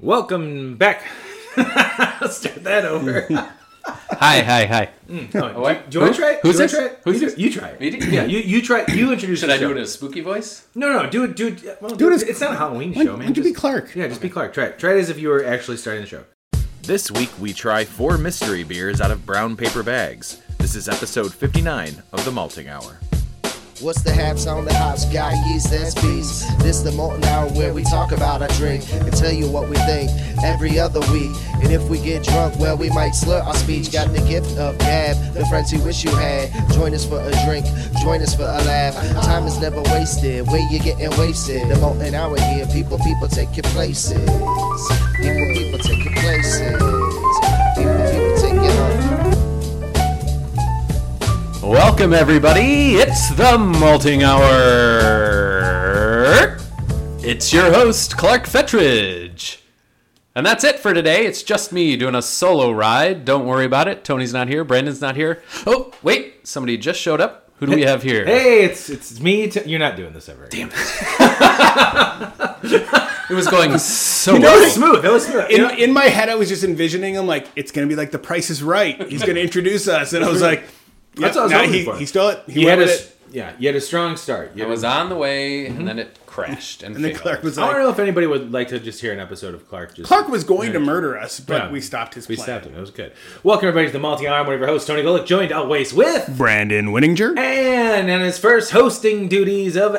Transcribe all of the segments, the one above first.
Welcome back. Start that over. Hi, hi, hi. No, What? Do you want Who? to try it? Who's do you wanna it? Try it? Who's you, it? You try it. Me? Yeah, you, you try. You introduce. Should the I do show. it in a spooky voice? No, no, do it. Do it. Well, Do do it it. as- It's not a Halloween Why show, man. why'd you Just- be Clark? Yeah, just be Clark. Try it. Try it as if you were actually starting the show. This week we try four mystery beers out of brown paper bags. This is episode 59 of the Malting Hour. What's the haps on the hops? Got yeast and peas. This the molten hour where we talk about our drink and tell you what we think every other week. And if we get drunk, well, we might slur our speech. Got the gift of gab, the friends you wish you had. Join us for a drink, join us for a laugh. Time is never wasted, where you getting wasted. The molten hour here, people, people take your places. People, people take your places. People, people take your Welcome, everybody. It's the Malting Hour. It's your host, Clark Fetridge. And that's it for today. It's just me doing a solo ride. Don't worry about it. Tony's not here. Brandon's not here. Oh, wait. Somebody just showed up. Who do we have here? Hey, it's it's me. T- you're not doing this ever. Damn it. It was going so That well. was smooth. That was smooth. You In, know- in my head, I was just envisioning him like it's gonna be like The Price is Right. He's gonna introduce us, and I was like, That's what I was nah, hoping he, for. he stole it. He you went had a with s- it. yeah. You had a strong start. You It had was a- on the way, and then it crashed. And, And then failed. Clark was I like, don't know if anybody would like to just hear an episode of Clark. Just Clark was going to murder us, but Yeah. we stopped his We plan. stabbed him. That was good. Welcome everybody to the Multi Iron. One of your hosts, Tony Golick, joined always with Brandon Winninger. And on his first hosting duties of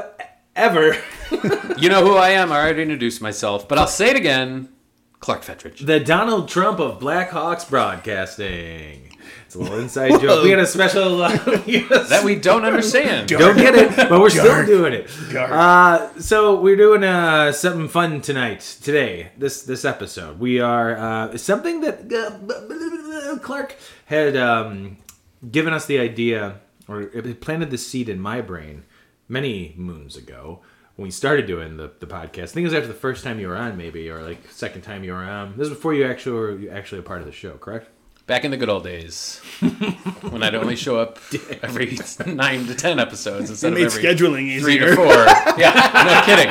ever, You know who I am. I already introduced myself, but I'll say it again. Clark Fetridge. the Donald Trump of Blackhawks broadcasting. It's a little inside joke. We had a special. Uh, That we don't understand. don't get it, but we're still doing it. Dark. Uh, so we're doing uh, something fun tonight, today, this this episode. We are uh, something that uh, Clark had um, given us the idea, or it planted the seed in my brain many moons ago when we started doing the, the podcast. I think it was after the first time you were on, maybe, or like second time you were on. This is before you actually were you actually a part of the show, correct? Back in the good old days, when I'd only show up every nine to ten episodes instead It made of every scheduling three easier. to four. Yeah, no kidding.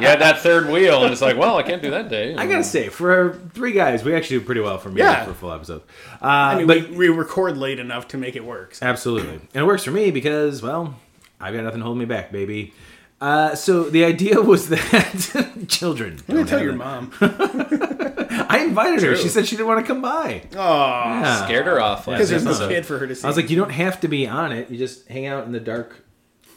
You had that third wheel, and it's like, well, I can't do that day. I gotta say, for three guys, we actually do pretty well for me Yeah. for full episodes. Uh, I mean, but we, we record late enough to make it work. So. Absolutely. And it works for me because, well, I've got nothing holding me back, baby. Uh, so the idea was that children. I'm don't gonna tell have your it. mom. I invited her. She True. said she didn't want to come by. Oh, Yeah. scared her off last because there's no episode. kid for her to see. I was like, you don't have to be on it. You just hang out in the dark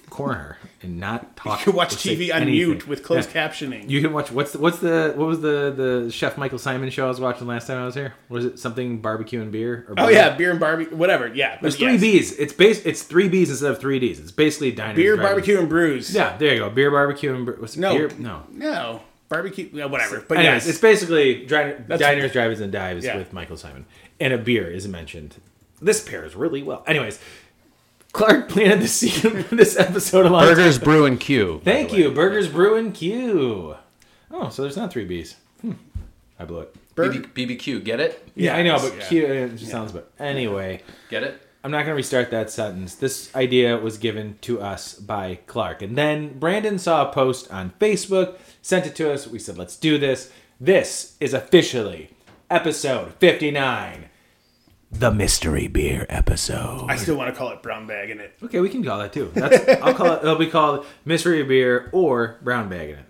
corner and not talk. you could watch or say TV on anything. mute with closed Yeah. captioning. You can watch what's the, what's the what was the the Chef Michael Simon show I was watching last time I was here? Was it something barbecue and beer? Or oh yeah, beer and barbecue, whatever. Yeah, but there's three yes. B's. It's base. It's three B's instead of three D's. It's basically diners. beer, drivers. barbecue, and brews. Yeah, there you go. Beer, barbecue, and br- what's No. beer? No. no barbecue, yeah, whatever. But Anyways, yes, it's basically dri- diners, That's- drive-ins, and dives Yeah. with Michael Simon, and a beer is mentioned. This pairs really well. Anyways, Clark planted the seed for this episode a lot. Burgers, brew, and Q. Thank you, Burgers Brew and Q. Oh, so there's not three B's. Hmm. I blew it. BB- BBQ, get it? Yeah, I know, but yeah. Q it just sounds. But anyway, Get it? I'm not going to restart that sentence. This idea was given to us by Clark. And then Brandon saw a post on Facebook, sent it to us. We said, let's do this. This is officially episode 59 the mystery beer episode. I still want to call it brown bag in it. Okay, we can call that too. That's, I'll call it, it'll be called mystery beer or brown bagging it.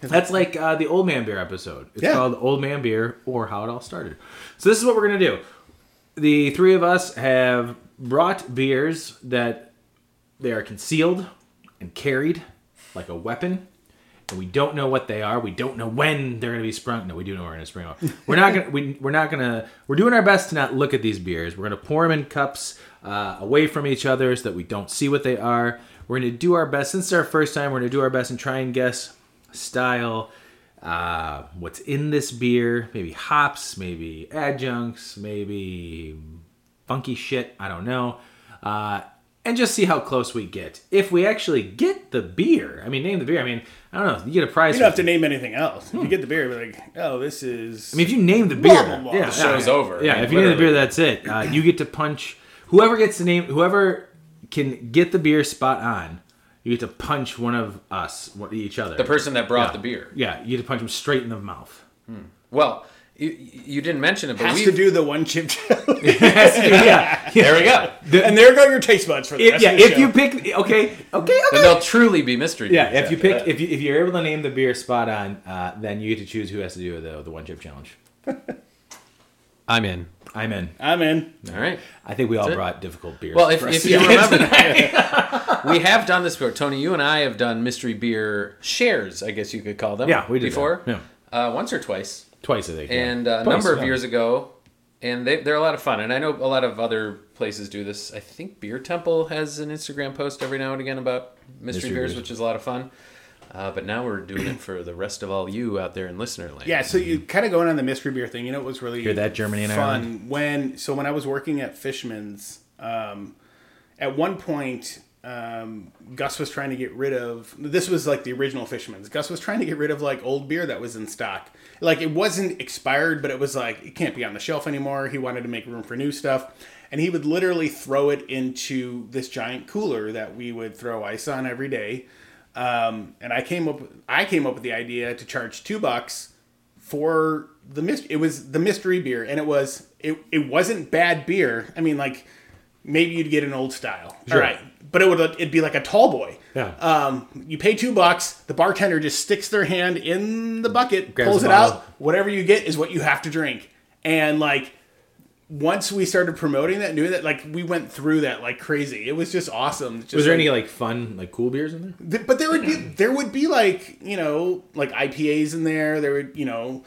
That's like uh, the Old Man Beer episode. It's Yeah. called Old Man Beer or How It All Started. So this is what we're gonna do. The three of us have brought beers that they are concealed and carried like a weapon, and we don't know what they are. We don't know when they're gonna be sprung. No, we do know we're gonna spring off. We're not gonna. We, we're not gonna. We're doing our best to not look at these beers. We're gonna pour them in cups uh, away from each other so that we don't see what they are. We're gonna do our best. Since it's our first time, we're gonna do our best and try and guess style, uh, what's in this beer, maybe hops, maybe adjuncts, maybe funky shit, I don't know. Uh, and just see how close we get. If we actually get the beer, I mean, name the beer, I mean, I don't know, you get a prize. You don't have for- to name anything else. You get the beer, you're like, oh, this is. I mean, if you name the beer, blah, blah. yeah, The show's yeah. over. Yeah, I mean, if you name the beer, literally. that's it. Uh, you get to punch whoever gets the name, whoever can get the beer spot on. You get to punch one of us, one- each other. The person that brought Yeah. the beer. Yeah, you get to punch him straight in the mouth. Well, you, you didn't mention it, but Has we to do the one chip challenge. yeah, There we go. and there go your taste buds for the If- rest yeah. of the If show. you pick, okay, okay, okay. Then they'll truly be mystery. Yeah, if you pick, if you if you're able to name the beer spot on, uh, then you get to choose who has to do the the one chip challenge. I'm in. I'm in. I'm in. All right. I think we all it. brought difficult beers. Well, if, if you remember, we have done this before. Tony, you and I have done mystery beer shares, I guess you could call them. Yeah, we did before. that. Uh, once or twice, twice I think. yeah. and uh, a Twice, number of yeah. years ago, and they, they're a lot of fun. And I know a lot of other places do this. I think Beer Temple has an Instagram post every now and again about Mystery mystery, beers, beers. which is a lot of fun. Uh, but now we're doing it for the rest of all you out there in listener land. Yeah, so you kind of going on the mystery beer thing. You know, it was really Hear that, Germany and fun Ireland? when. So when I was working at Fishman's, um, at one point, um, Gus was trying to get rid of. This was like the original Fishman's. Gus was trying to get rid of like old beer that was in stock. Like it wasn't expired, but it was like it can't be on the shelf anymore. He wanted to make room for new stuff. And he would literally throw it into this giant cooler that we would throw ice on every day. Um, and I came up, I came up with the idea to charge two bucks for the mystery. It was the mystery beer, and it was it. It wasn't bad beer. I mean, like maybe you'd get an old style, all right, but it would it'd be like a tall boy. Yeah. uh, Um, you pay two bucks. The bartender just sticks their hand in the bucket, Grabs pulls a it bottle. out. Whatever you get is what you have to drink, and like. Once we started promoting that, doing that, like we went through that like crazy. It was just awesome. Just was there like- any like fun like cool beers in there? Th- but there would be there would be like you know like IPAs in there. There would you know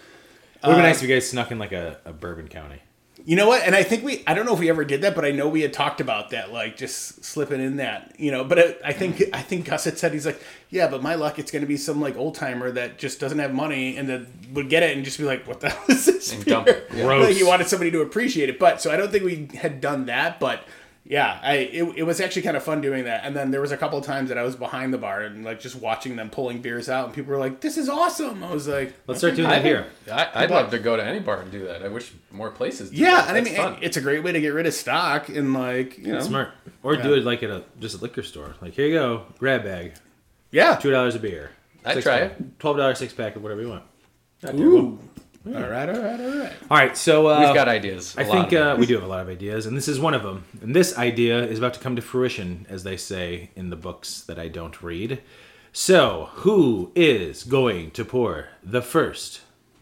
It Uh, would be nice if you guys snuck in like a, a Bourbon County. you know what? And I think we I don't know if we ever did that, but I know we had talked about that like just slipping in that you know. But it, I think I think Gus had said he's like yeah, but my luck it's going to be some like old timer that just doesn't have money and that would get it and just be like what the hell is this And dump beer?" it. Gross. Like you wanted somebody to appreciate it, but so I don't think we had done that, but. Yeah, I it, it was actually kind of fun doing that. And then there was a couple of times that I was behind the bar and like just watching them pulling beers out, and people were like, "This is awesome." I was like, Let's start doing I that think- here. I, I'd love to go to any bar and do that. I wish more places. Did "Yeah," that. and I That's mean, fun. it's a great way to get rid of stock and like you know, Smart. Or do it like at a just a liquor store. Like here you go, grab bag, yeah, two dollars a beer. I'd Six try pack. Twelve dollars six pack of whatever you want. Ooh. All right, all right, all right. All right, so uh, We've got ideas. I I think uh, we do have a lot of ideas, and this is one of them. And this idea is about to come to fruition, as they say in the books that I don't read. So, who is going to pour the first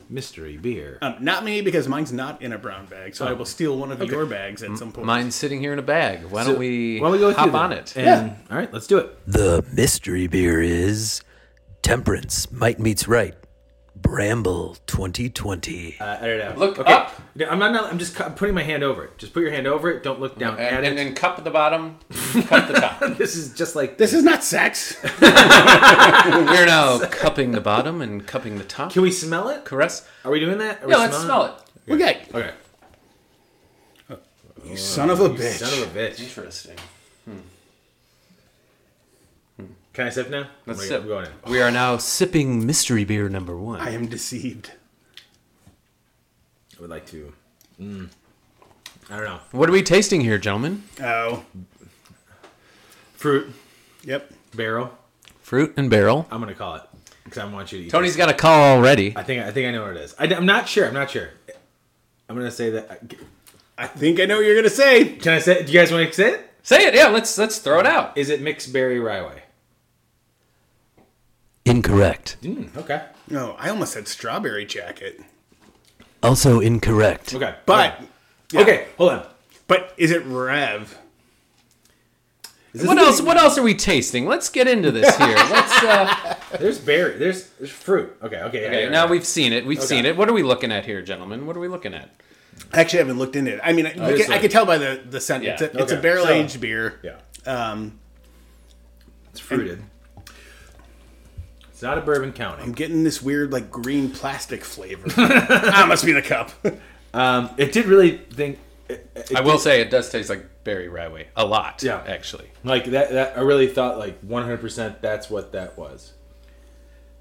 mystery beer? Um, not me because mine's not in a brown bag, so I will steal one of your bags at some point. Mine's sitting here in a bag. Why don't we, Why don't we go hop through on them? it? And, All right, let's do it. The mystery beer is Temperance Might Meets Right Bramble 2020. Uh, edit it out. Look okay. up. Yeah, I'm not. I'm just cu- putting my hand over it. Just put your hand over it. Don't look down. at And, it. and then cup at the bottom, cup the top. this is just like this is not sex. We're now cupping the bottom and cupping the top. Can we smell it? caress? Are we doing that? Are Yeah, we let's smell it. okay, Okay. you son of a bitch. Son of a bitch. Interesting. Can I sip now? Let's I'm sip. Going in. We are now sipping mystery beer number one. I am deceived. I would like to. Mm. I don't know. What are we tasting here, gentlemen? Oh, Fruit yep. barrel. Fruit and barrel. I'm gonna call it because I want you to eat. Tony's got a call already. I think I think I know what it is. I, am not sure. I'm not sure. I'm gonna say that. I think I know what you're gonna say. Can I say? it? Do you guys want to say it? Say it. Yeah, let's let's throw it out. Is it mixed berry rye? Incorrect. Mm, okay. No, Oh, I almost said strawberry jacket. Also incorrect. Okay. But yeah. okay, hold on. but is it Rev? What else? What else are we tasting? Let's get into this here. Let's. Uh, There's berry. There's, there's fruit. Okay. Okay. okay, now we've seen it. We've seen it. What are we looking at here, gentlemen? What are we looking at? I actually haven't looked into it. I mean, I, you it's can, I a- could tell by the the scent. Yeah, It's a, it's a okay, barrel aged so- beer. yeah. Um, It's fruited. It's not a Bourbon County. I'm getting this weird like green plastic flavor. ah, must be the cup. Um, it did really think it, it- I will say it does taste like berry rye a lot. Yeah. actually, like that. That I really thought like 100. percent That's what that was.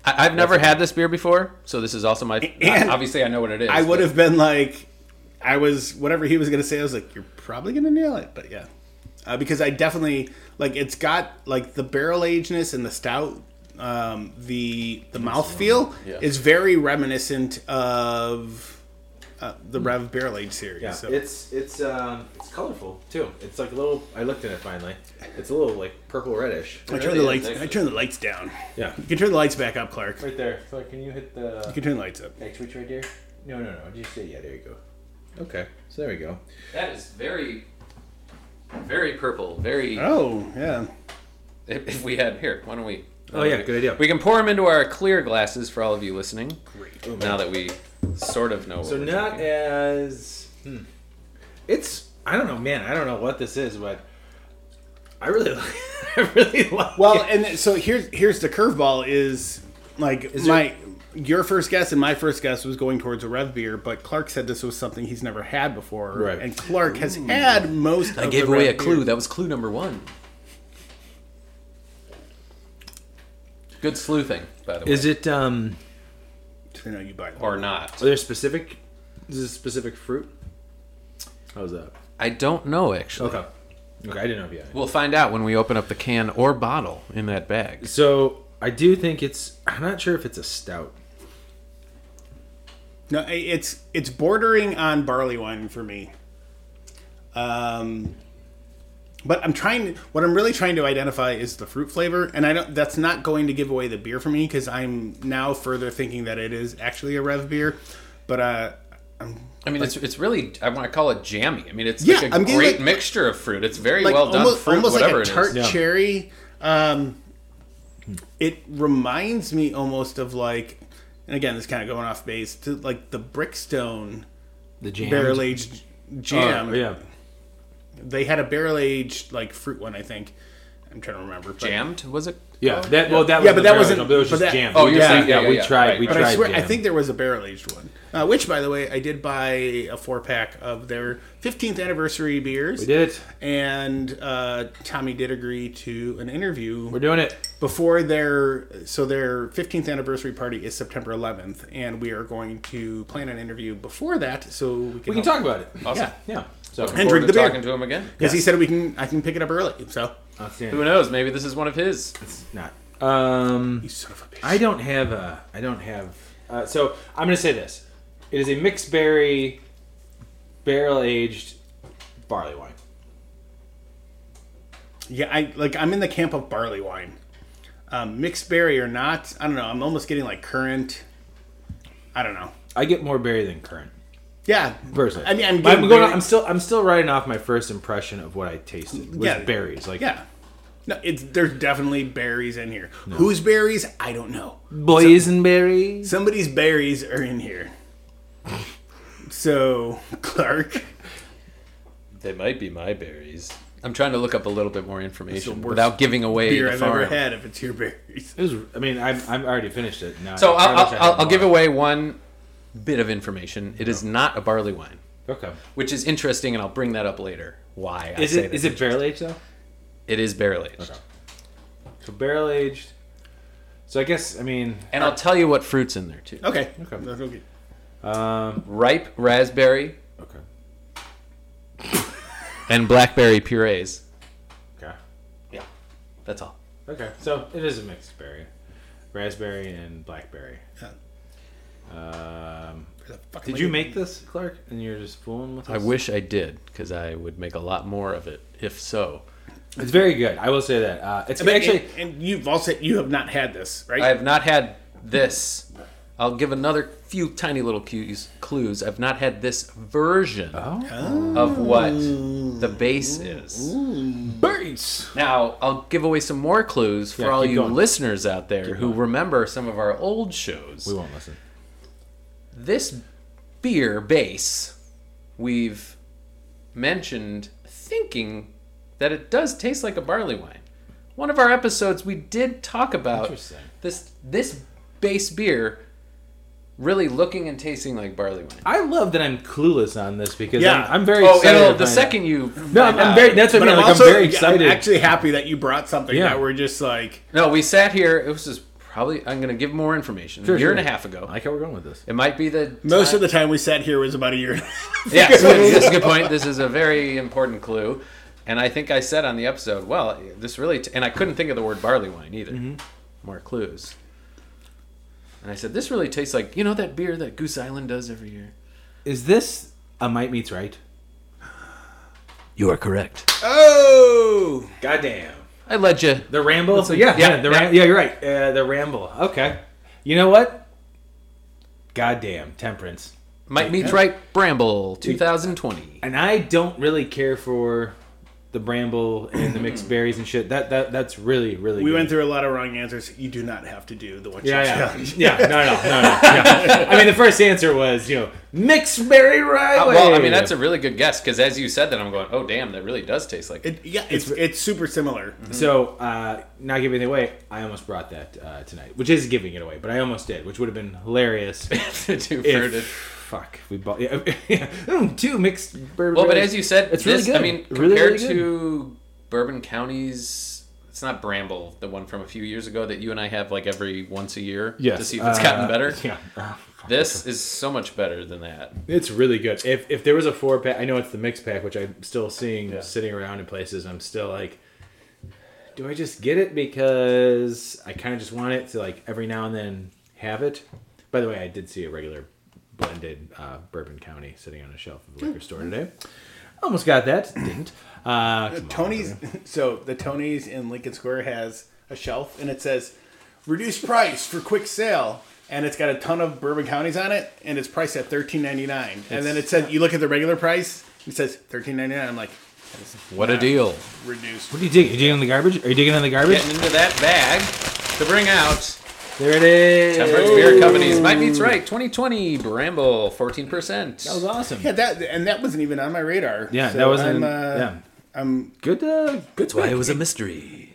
I, I've never had this beer before, so this is also my. And- obviously, I know what it is. I would but- have been like, I was whatever he was gonna say. I was like, you're probably gonna nail it, but yeah, uh, because I definitely like it's got like the barrel agedness and the stout um, the the mouthfeel is very reminiscent of uh, the Rev Barrel Age series. Hmm. Yeah, so. it's it's um, it's colorful too. It's like a little. I looked at it finally. It's a little like purple reddish. I turn the lights. I turn the lights down. Yeah, You can turn the lights back up, Clark. You right there. So can you hit the can turn the lights up. next switch right there? No, no, no. Just say yeah. There you go. Okay, so there we go. That is very, very purple. Very. Oh yeah. If, if we had here, why don't we? Oh yeah, good idea. We can pour them into our clear glasses for all of you listening. Great. Now that we sort of know. What So we're not drinking. as hmm. it's I don't know, man. I don't know what this is, but I really like, I really like Well, it. and so here's here's the curveball is like my your first guess and my first guess was going towards a rev beer, but Clark said this was something he's never had before, Right. and Clark has had most. I of gave the away a Rev clue. beer. That was clue number one. Good sleuthing, by the way. Is it um So now you buy them. or not? are there specific is this specific fruit? How's that? I don't know actually. Okay. Okay, I didn't know if you had any. We'll find out when we open up the can or bottle in that bag. So I do think it's I'm not sure if it's a stout. No, i- it's it's bordering on barley wine for me. Um, but I'm trying. What I'm really trying to identify is the fruit flavor, and I don't. That's not going to give away the beer for me because I'm now further thinking that it is actually a rev beer. But uh, I mean, it's it's really I want to call it jammy. I mean, it's Yeah, like a I'm getting great like- mixture of fruit. It's very like well done almost, fruit, almost whatever like a tart it is. Yeah. cherry. Um, it reminds me almost of like, and again, this kind of going off base to like the Brickstone The jam. barrel aged jam. Oh, yeah. They had a barrel aged like fruit one, I think. I'm trying to remember. but- Jammed was it? Yeah. That well that Oh, Yeah, was the but that barrel wasn't- aged, but it was but just that- jam. Oh, We you're tried- saying- yeah, we yeah, tried right, we right. But tried I swear, I jam. think there was a barrel aged one. Uh, which, by the way, I did buy a four pack of their 15th anniversary beers. we did it. And uh, Tommy did agree to an interview. We're doing it. before their so their 15th anniversary party is September 11th, and we are going to plan an interview before that, so we can, We can talk about it. Awesome. Yeah, Yeah. So and drink the Forward to beer talking to him again. because he said we can. I can pick it up early. So Who knows? Maybe this is one of his. it's not. Um you son of a bitch. I don't have a. I don't have. Uh, so I'm gonna say this. It is a mixed berry, barrel aged barley wine. yeah, I like. I'm in the camp of barley wine, um, mixed berry or not. I don't know. I'm almost getting like currant. I don't know. I get more berry than current. Yeah, Personally, I mean, I'm, But getting I'm going. berry- I'm still. I'm still writing off my first impression of what I tasted. Was Yeah. berries. Like yeah. No, it's there's definitely berries in here. Whose berries? I don't know. boysenberry. Somebody's berries are in here. So, Clark, They might be my berries. I'm trying to look up a little bit more information worst without giving away beer the I've farm. ever had if it's your berries. It was. I mean, I'm. I'm already finished it. Now So I I'll, wish I I'll, had I'll, I'll more. give away one bit of information. It is not a barley wine, Okay. which is interesting, and I'll bring that up later. Why I Is say it? that. Is it barrel aged though? It is barrel aged, So barrel aged. So I guess. I mean. and I'll tell you what fruits in there too. Okay. Okay. That's okay. Ripe raspberry Okay. and blackberry purees. Okay. Yeah, that's all. Okay, so it is a mixed berry, raspberry and blackberry. Um, did you make this, Clark? And you're just fooling with us. I wish I did, because I would make a lot more of it. If so, It's very good. I will say that. Uh, it's actually. Actually, and, and you've also you have not had this, right? I have not had this. I'll give another few tiny little cues, clues. I've not had this version Oh. of what the base is. Berries. Now, I'll give away some more clues for Yeah, all keep you going. listeners out there who remember some of our old shows. We won't listen. This beer base we've mentioned thinking that it does taste like a barley wine. One of our episodes we did talk about Interesting. this this base beer really looking and tasting like barley wine. I love that I'm clueless on this because Yeah. I'm, I'm very. Oh, excited it'll, to the find second you out. No, I'm, I'm very. That's what I But mean. I'm, Like, also, I'm very excited. I'm actually happy that you brought something Yeah. that we're just like No, we sat here. It was just probably I'm going to give more information. a year sure. and a half ago. I like how we're going with this. it might be the most of the time we sat here was about a year. Yes, that's a good point. This is a very important clue. And I think I said on the episode, well, this really, t- and I couldn't think of the word barley wine either. more clues. And I said, "This really tastes like you know that beer that Goose Island does every year." Is this a might meets right? You are correct. Oh, Goddamn. I led you. The ramble. a- yeah, yeah, yeah, the yeah. Ram- yeah. You're right. Uh, the ramble. Okay. You know what? Goddamn temperance. Mike meets right. Bramble, 2020. And I don't really care for the bramble and the mixed berries and shit. That that that's really really. we good. went through a lot of wrong answers. You do not have to do the one. Yeah, shot yeah, challenge. yeah. No, no, no, no. yeah. I mean, the first answer was you know mixed berry rye. Uh, Well, I mean that's a really good guess because as you said that, I'm going, "Oh damn, that really does taste like." It, yeah, it's it's super similar. So, uh, not giving it away, I almost brought that uh, tonight, which is giving it away, but I almost did, which would have been hilarious. Too if, fruited. fuck, we bought yeah, mm, two mixed bourbon. Well, but as you said, It's it's really this, good. I mean, Really, compared really good. to Bourbon County's, it's not Bramble, the one from a few years ago that you and I have like every once a year to see if it's gotten better. Yeah, uh, This is so much better than that. it's really good. If if there was a four pack, I know it's the mixed pack, which I'm still seeing sitting around in places. I'm still like, do I just get it because I kind of just want it to like every now and then have it? By the way, I did see a regular blended uh, Bourbon County sitting on a shelf of the liquor store Hmm. today. Almost got that, didn't. Uh, come on. Tony's. So the Tony's in Lincoln Square has a shelf, and it says "reduced price for quick sale," and it's got a ton of Bourbon counties on it, and it's priced at thirteen ninety nine. And then it said, you look at the regular price, it says thirteen ninety nine. I'm like, What a deal. reduced. what are you digging? Are you digging in the garbage? Are you digging in the garbage? Getting into that bag to bring out There it is. Temperance Beer Company's Might Meets Right 2020 Bramble 14%. That was awesome. Yeah, that and that wasn't even on my radar. Yeah, So that wasn't. I'm, uh, yeah, I'm good. Uh, good. That's why it was a mystery.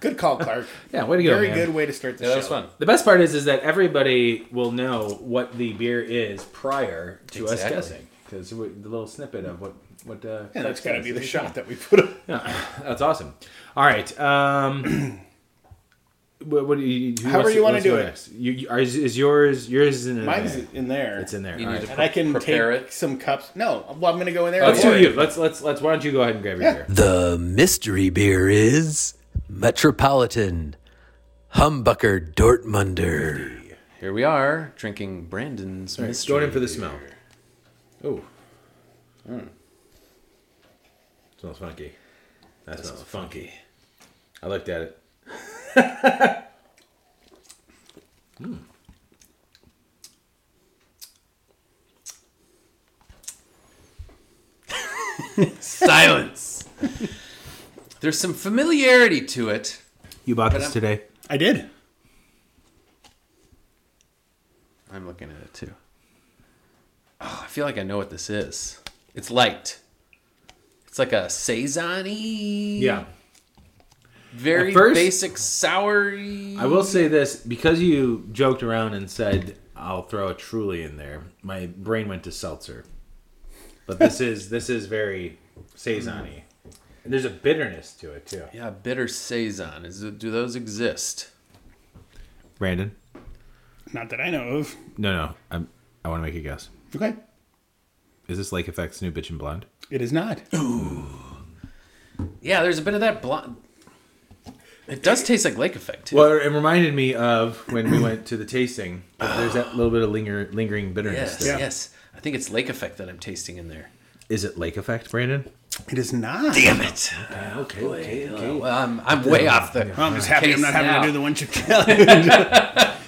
good call, Clark. Yeah, way to go. Very man. good way to start the Yeah, show. that was fun. The best part is, is that everybody will know what the beer is prior to us Exactly. guessing because the little snippet of what what. Uh, And that's got to be the Yeah. shot that we put up. That's awesome. All right. Um, what, what do you? who However wants you wanna wants go do it. next? You, you, are, is, is yours? Yours is in there. Mine's in there. It's in there. You All need right. to And I can prepare take it. Oh, some cups. No, well, I'm going to go in there. Let's do and pour you. it. Let's let's let's. Why don't you go ahead and grab your beer? The mystery beer is Metropolitan Humbucker Dortmunder. Here we are drinking Brandon's mystery. Going in for the smell. Oh. Hmm. Smells funky. That, smells funky. I looked at it. Silence. There's some familiarity to it. You bought this today. I did. I'm looking at it too. Oh, I feel like I know what this is. It's light. It's like a saison Yeah. Very At first- basic soury. I will say this because you joked around and said I'll throw a truly in there. My brain went to seltzer, but this is this is very saison-y. And there's a bitterness to it too. Yeah, bitter saison. Is do those exist? Brandon, Not that I know of. no, no, I'm, I want to make a guess. Okay. Is this Lake Effect's new bitch and blonde? It is not. Yeah, there's a bit of that blonde. It does taste like Lake Effect too. Well, it reminded me of when we went to the tasting. But there's that little bit of linger, lingering bitterness. yes, there. Is yes. I think it's Lake Effect that I'm tasting in there. it lake effect, Brandon? It is not. Damn it! Okay, okay, Oh, Well, I'm, I'm way off the. Well, I'm just happy Case I'm not having now. to do the one chip challenge.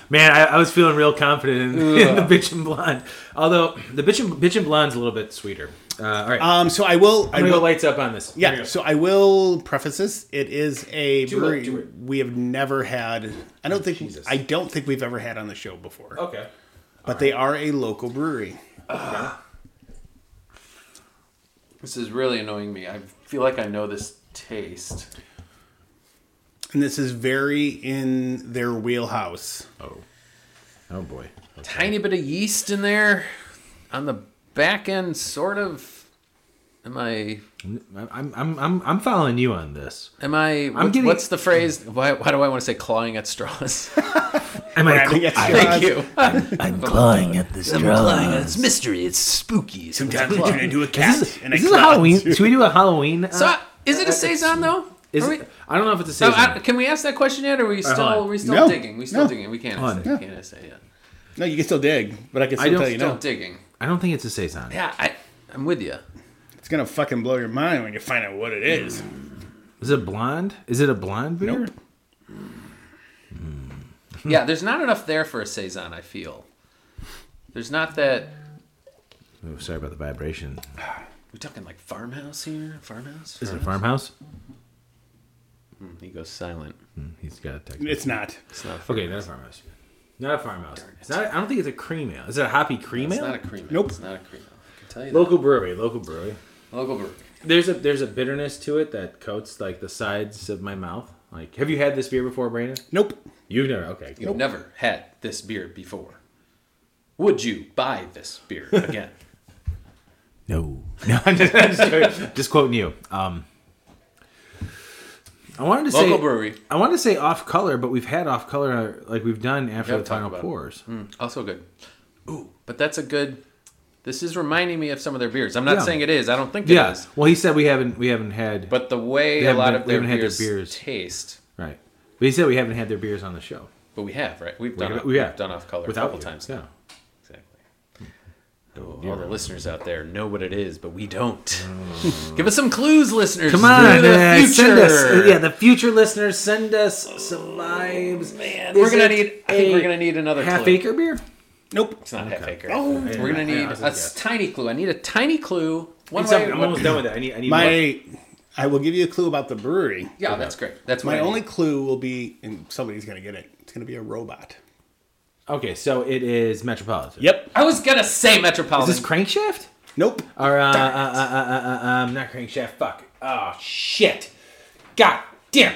Man, I, I was feeling real confident in, in the bitch and blonde. Although the bitch and bitch and blonde's a little bit sweeter. Uh, all right, um, so I will. I I'm gonna go will. lights up on this. Here Yeah. we go. So I will preface this. It is a it, brewery do it. we have never had. I don't think. Jesus. Oh. I don't think we've ever had on the show before. okay. but they are a local brewery. This is really annoying me. I feel like I know this taste. And this is very in their wheelhouse. Oh, oh boy. Tiny bit of yeast in there on the back end, sort of. Am I? I'm I'm I'm I'm following you on this. Am I? what- getting- What's the phrase? Why, why do I want to say clawing at straws? Am I? Grabbing at straws. Thank you. I'm clawing at this straw. It's mystery. It's spooky. Sometimes I turn into a cat. Is this a Halloween? Should we do a Halloween? Uh, So, is it a saison though? Is Are it- we- I don't know if it's a So, season. I, can we ask that question yet? Or are we still on. are we still No. digging? We still No. digging. We can't On. say. We can't say yet. No, you can still dig, but I can still don't- tell you Still no. digging. I don't think it's a saison. Yeah, I, I'm with you. It's gonna fucking blow your mind when you find out what it is. Is it blonde? Is it a blonde beer? Nope. Hmm. Yeah, there's not enough there for a saison. I feel there's not that. Oh, sorry about the vibration. We're talking like farmhouse here. Farmhouse. Is it a Farmhouse? farmhouse? He goes silent. He's got a text. It's not. It's not. A, Okay, not a farmhouse. Not a farmhouse. It's not. I don't think it's a cream ale. Is it a hoppy cream it's ale? not a cream. ale. Nope. It's not a cream. ale. I can tell you. Local brewery. Local brewery. That. Local brewery. There's a there's a bitterness to it that coats like the sides of my mouth. Like, have you had this beer before, Brandon? Nope. You've never. Okay. You've never had this beer before. Would you buy this beer again? No. No. I'm just, I'm just joking. Just quoting you. Um. I wanted to Local say brewery. I wanted to say off color, but we've had off color like we've done after Yeah, the talk final about it. Hmm. pours. Also good. Ooh, but that's a good. This is reminding me of some of their beers. I'm not Yeah. saying it is. I don't think it is. Yeah. Well, he said we haven't we haven't had But the way They a haven't lot been- of we their haven't had their beers, beers. taste, right. But he said we haven't had their beers on the show. but we have right. We've We- done we- yeah. have done off color a couple you. times. Yeah. exactly. Oh, all the listeners out there know what it is, but we don't. Give us some clues, listeners. Mm. Come on, We're the uh, send us. future. Yeah, the future listeners, send us some lives. Man, Oh, we're gonna need. I think we're gonna need another half clue. acre beer. Nope. It's not half acre. Oh. we're gonna need Yeah, I was a gonna guess. tiny clue. I need a tiny clue. One I'm, way. I'm one- almost done with that. I need. I need one. My, I will give you a clue about the brewery. yeah, that's great. That's what My I need. only clue will be, and somebody's gonna get it. It's gonna be a robot. Okay, so it is Metropolitan. Yep. I was gonna say Is Metropolitan. this Crankshaft? Nope. Or uh, uh, uh, uh, uh, uh, um, not Crankshaft. Fuck. Oh shit. God damn.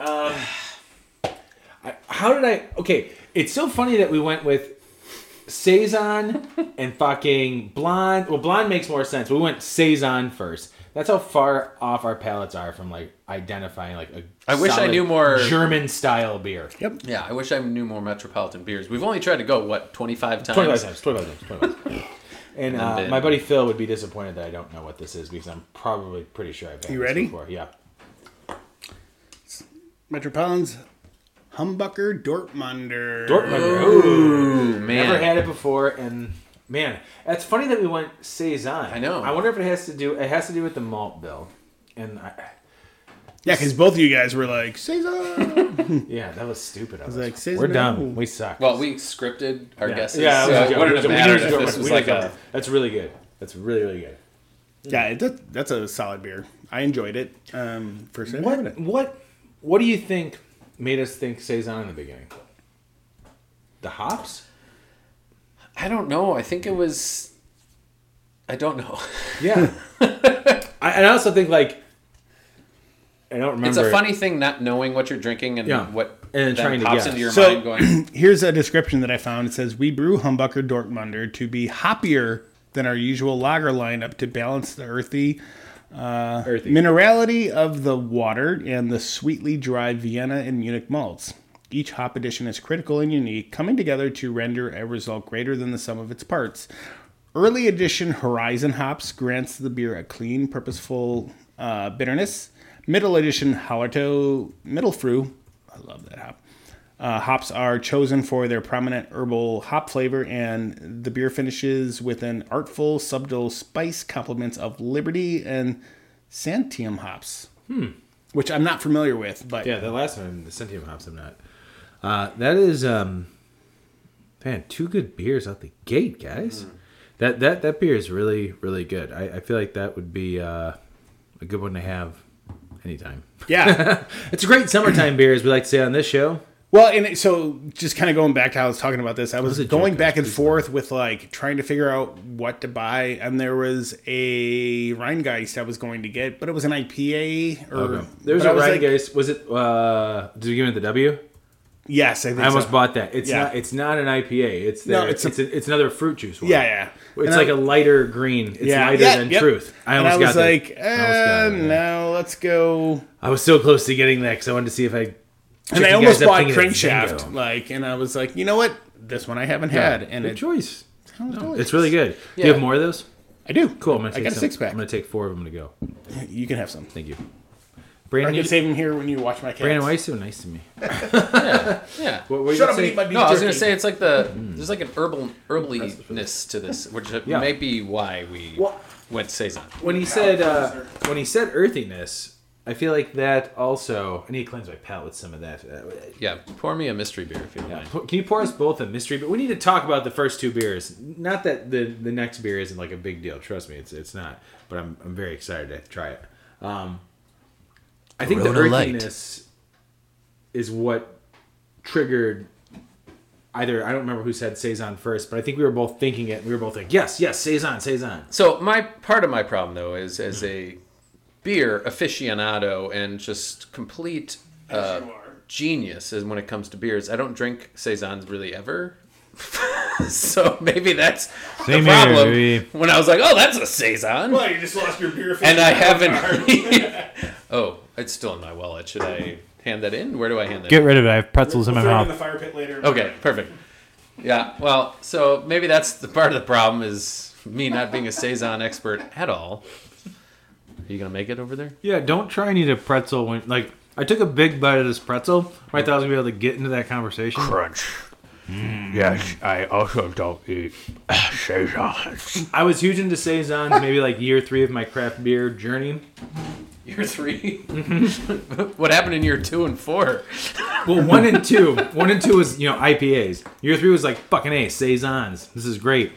Um, I, how did I? Okay, it's so funny that we went with saison and fucking blonde. Well, blonde makes more sense. We went saison first. That's how far off our palates are from like identifying like a. I wish I solid knew more- German style beer. Yep. yeah, I wish I knew more Metropolitan beers. We've only tried to go what 25 times. Twenty-five times. Twenty-five times. Twenty-five times. And uh, then- my buddy Phil would be disappointed that I don't know what this is because I'm probably pretty sure I've had You this ready? before. Yeah. Metropolitan's Humbucker Dortmunder. Dortmunder. Ooh, man. Never had it before, and man, that's funny that we went saison. I know. I wonder if it has to do. It has to do with the malt bill, and I, Yeah, because both of you guys were like Caesar. yeah, that was stupid. I was like, Saison. we're dumb. We suck. Well, we scripted our yeah. guesses. Yeah, so it it was a wouldn't joke. have We mattered just if joke. this We just was like joke. a. that's really good. That's really really good. yeah, it, that, that's a solid beer. I enjoyed it. Um, first time having What it. what what do you think made us think saison in the beginning? The hops? I don't know. I think it was. I don't know. Hmm. Yeah. I, and I also think like I don't remember. It's a funny thing not knowing what you're drinking and Yeah. what And then trying to pops guess. into your So- mind going. Here's a description that I found. It says we brew Humbucker Dortmunder to be hoppier than our usual lager lineup to balance the earthy earthy. minerality of the water and the sweetly dry Vienna and Munich malts. Each hop addition is critical and unique, coming together to render a result greater than the sum of its parts. Early addition Horizon hops grants the beer a clean, purposeful uh, bitterness. Middle edition Halarto Middle Fruit, I love that hop. Uh, hops are chosen for their prominent herbal hop flavor, and the beer finishes with an artful, subtle spice complements of Liberty and Santium hops, which I'm not familiar with, but Yeah, the last one, the Centium hops, I'm not. Uh, that is, um, man, two good beers out the gate, Hmm. guys. That that that beer is really really good. I, I feel like that would be uh, a good one to have anytime. yeah. It's a great summertime beer, as we like to say on this show. well, and it, so just kind of going back to how I was talking about this, I was was, a going joke, back and forth with like trying to figure out what to buy, and there was a Rheingeist I was going to get, but it was an IPA or There was but I a was like, Rheingeist. was it? Uh, did you give it the W? Yes, I think I almost so. bought that. It's Yeah. not. It's not an IPA. It's No, their, it's it's a- it's, a, it's another fruit juice one. Yeah, yeah. It's And I- like a lighter green. It's lighter yeah, than yep. Truth. I and almost I was got that. like, I uh, almost got it, yeah. no, let's go. I was so close to getting that because I wanted to see if I. And I you almost guys up bought thinking it's Crankshaft, Zingo. like, and I was like, you know what? This one I haven't had, and good it, choice. sounds It's delicious. really good. Do you Yeah. have more of those? I do. Cool. I'm gonna I take got a some- six pack. I'm gonna take four of them to go. You can have some. Thank you. I Brandon, you, can save him here when you watch my cats. Brandon, why are you so nice to me? Yeah. What, what Shut you up and say? eat my beef No, I was gonna jerky. say it's like the Mm. there's like an herbal herbaliness to this, which may be why we Well- went saison. when he said uh, when he said earthiness, I feel like that also. I need to cleanse my palate with some of that. Uh, Yeah, pour me a mystery beer if you don't mind. Can you pour us both a mystery? But we need to talk about the first two beers. Not that the the next beer isn't like a big deal. Trust me, it's it's not. But I'm I'm very excited to try it. Um, I think the Corona Light. earthiness is what triggered. Either I don't remember who said saison first, but I think we were both thinking it. and We were both like, "Yes, yes, saison, saison." So my part of my problem though is as Mm. a beer aficionado and just complete uh, genius is when it comes to beers. I don't drink saisons really ever. so maybe that's Same the here, problem. baby. When I was like, "Oh, that's a saison," Well, you just lost your beer. and I haven't. oh, it's still in my wallet. Should I hand that in? Where do I hand that? in? Get rid of it. I have pretzels in my Throw it in the mouth. fire pit later. Okay, perfect. Yeah, well, so maybe that's the part of the problem is me not being a saison expert at all. Are you gonna make it over there? Yeah, don't try and eat a pretzel when like I took a big bite of this pretzel. I thought I was gonna be able to get into that conversation. Yes, I also don't eat saisons. I was huge into saisons maybe like year three of my craft beer journey. Year three. what happened in year two and four? Well, one and two, one and two was you know IPAs. Year three was like fucking a saisons. This is great.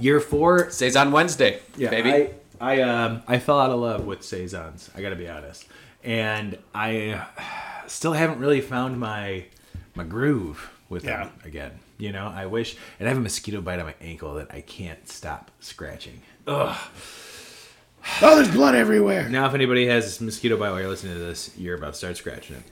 Year four, Saison Wednesday, yeah, baby. I I um I fell out of love with saisons. I got to be honest, and I uh, still haven't really found my my groove with them again. You know, I wish, and I have a mosquito bite on my ankle that I can't stop scratching. Oh, there's blood everywhere. Now, if anybody has mosquito bite while you're listening to this, you're about to start scratching it.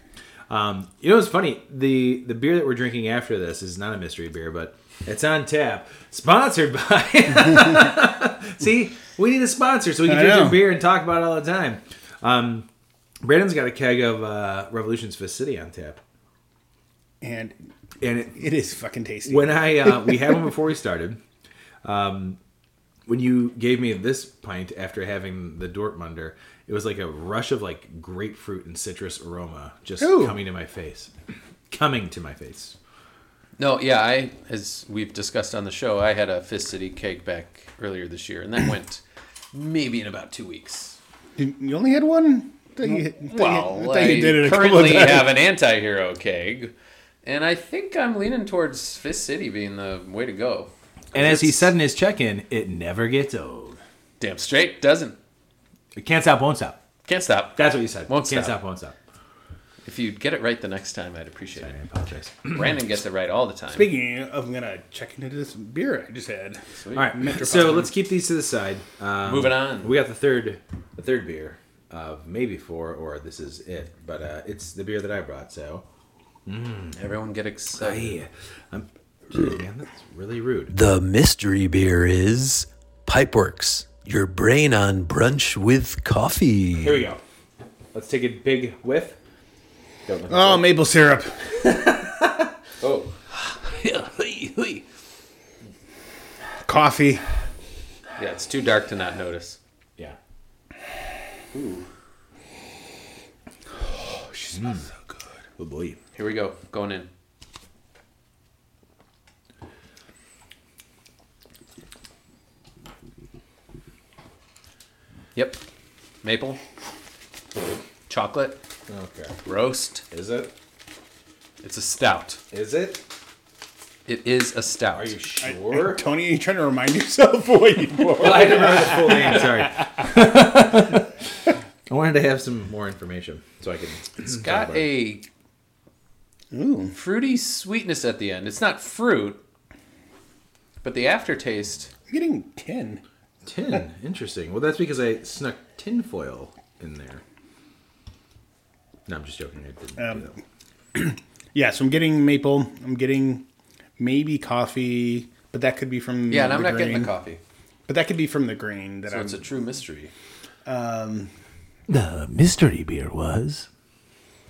Um, you know what's funny? The the beer that we're drinking after this is not a mystery beer, but it's on tap, sponsored by. See, we need a sponsor so we can I drink know. your beer and talk about it all the time. Um, Brandon's got a keg of uh, Revolution's Fist City on tap, And and it, it is fucking tasty. when I uh, we had one before we started. Um, when you gave me this pint after having the Dortmunder, it was like a rush of like grapefruit and citrus aroma just Ooh. coming to my face, coming to my face. No, yeah, I as we've discussed on the show, I had a Fist City cake back earlier this year, and that went maybe in about two weeks. you, you only had one. I thought you- I thought you- I Well, thought I, you did it a couple of currently times. have an anti-hero keg, and I think I'm leaning towards Fist City being the way to go. And as he said in his check-in, it never gets old. Damn straight doesn't. It can't stop, won't stop. Can't stop. That's what you said. Won't can't stop. stop, won't stop. If you get it right the next time, I'd appreciate I it. apologize. Brandon gets it right all the time. Speaking of, I'm gonna check into this beer I just had. All right, so let's keep these to the side. Um, Moving on. We got the third, the third beer of maybe four, or this is it. But uh, it's the beer that I brought, so Everyone get excited. Hey, I'm. Jeez, man, that's really rude. The mystery beer is Pipeworks. Your brain on brunch with coffee. we go. Let's take a big whiff. Don't look Oh, maple syrup. Oh, Coffee. yeah, it's too dark to not notice. yeah. Ooh. Oh, she smells so good. Oh boy. Here we go. Going in. Yep. Maple. Chocolate. Okay. Roast. Is it? It's a stout. Is it? It is a stout. Are you sure? Tony, are you trying to remind yourself of what you bought? I didn't remember the full name. Sorry. I wanted to have some more information so I could. It's got a fruity sweetness at the end. It's not fruit, but the aftertaste. I'm getting tin. Tin. Interesting. Well, that's because I snuck tinfoil in there. No, I'm just joking. I didn't. do that. Yeah, so I'm getting maple. I'm getting maybe coffee, but that could be from Yeah, and I'm the not getting grain. the coffee. But that could be from the grain that So I'm. it's a true mystery. The mystery beer was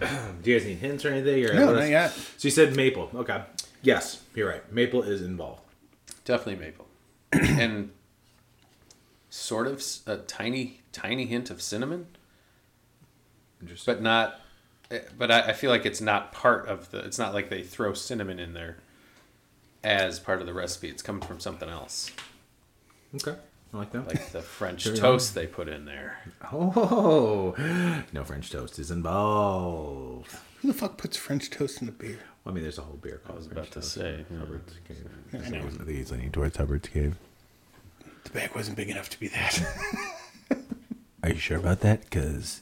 Do you guys need hints or anything? Or No, what not else? yet. So you said maple. Okay. Yes, you're right. Maple is involved. Definitely maple. and sort of s- a tiny, tiny hint of cinnamon. Interesting. but not. eh, But I, I feel like it's not part of the. It's not like they throw cinnamon in there as part of the recipe. It's coming from something else, okay. I like that. like the French toast they put in there. oh, no French toast is involved. Who the fuck puts French toast in a beer? Well, I mean, there's a whole beer called I was about to say, yeah. Hubbard's Cave. I think he's leaning towards Hubbard's Cave. The bag wasn't big enough to be that. Are you sure about that? Because